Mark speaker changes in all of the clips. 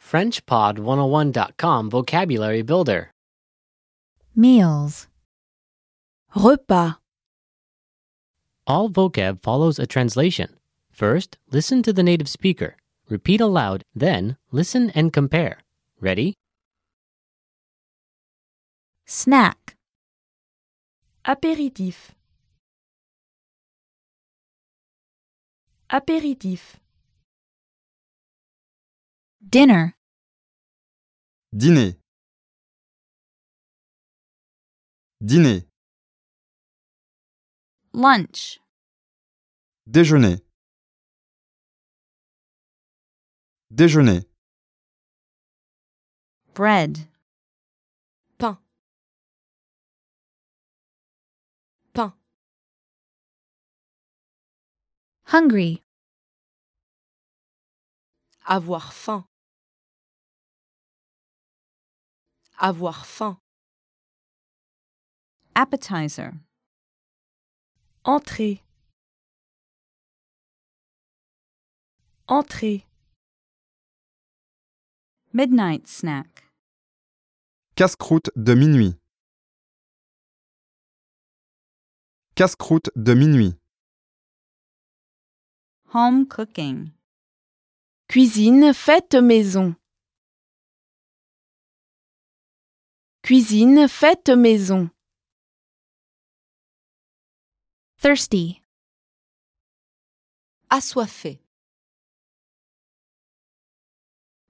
Speaker 1: FrenchPod101.com Vocabulary Builder.
Speaker 2: Meals.
Speaker 3: Repas.
Speaker 1: All vocab follows a translation. First, listen to the native speaker. Repeat aloud, then listen and compare. Ready?
Speaker 2: Snack.
Speaker 3: Apéritif. Apéritif.
Speaker 2: Dinner.
Speaker 4: Dîner. Dîner.
Speaker 2: Lunch.
Speaker 4: Déjeuner. Déjeuner.
Speaker 2: Bread.
Speaker 3: Pain. Pain.
Speaker 2: Hungry.
Speaker 3: Avoir faim. Avoir faim.
Speaker 2: Appetizer.
Speaker 3: Entrée. Entrée.
Speaker 2: Midnight snack.
Speaker 4: Casse-croûte de minuit. Casse-croûte de minuit.
Speaker 2: Home cooking.
Speaker 3: Cuisine faite maison. Cuisine faite maison.
Speaker 2: Thirsty.
Speaker 3: Assoiffé.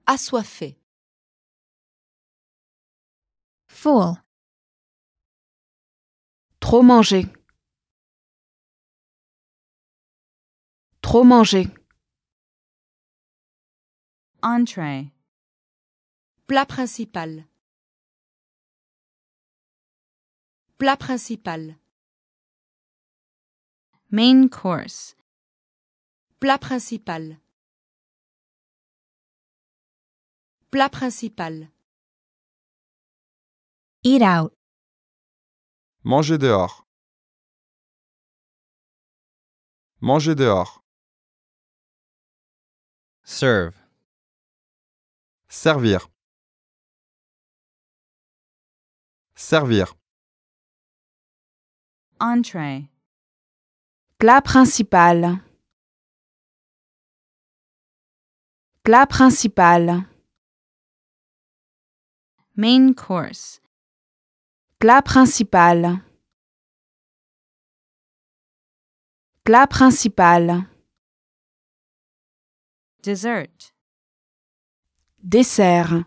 Speaker 3: Assoiffé.
Speaker 2: Full.
Speaker 3: Trop manger. Trop manger.
Speaker 2: Entree.
Speaker 3: Plat principal. Plat principal.
Speaker 2: Main course.
Speaker 3: Plat principal. Plat principal.
Speaker 2: Eat out.
Speaker 4: Manger dehors. Manger dehors.
Speaker 5: Serve.
Speaker 4: Servir. Servir.
Speaker 2: Entree.
Speaker 3: Plat principal. Plat principal.
Speaker 2: Main course.
Speaker 3: Plat principal. Plat principal.
Speaker 2: Dessert.
Speaker 3: Dessert.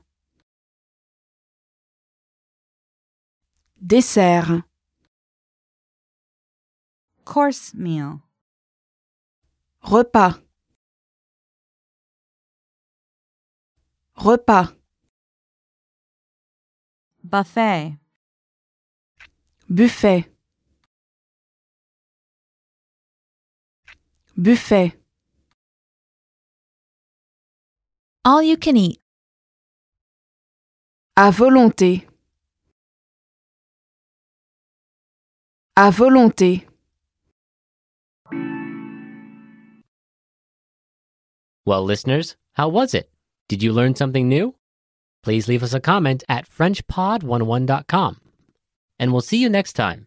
Speaker 3: Dessert.
Speaker 2: Course meal.
Speaker 3: Repas. Repas.
Speaker 2: Buffet.
Speaker 3: Buffet. Buffet.
Speaker 2: All you can eat.
Speaker 3: À volonté. À volonté.
Speaker 1: Well, listeners, how was it? Did you learn something new? oh Please leave us a comment at FrenchPod101.com. And we'll see you next time.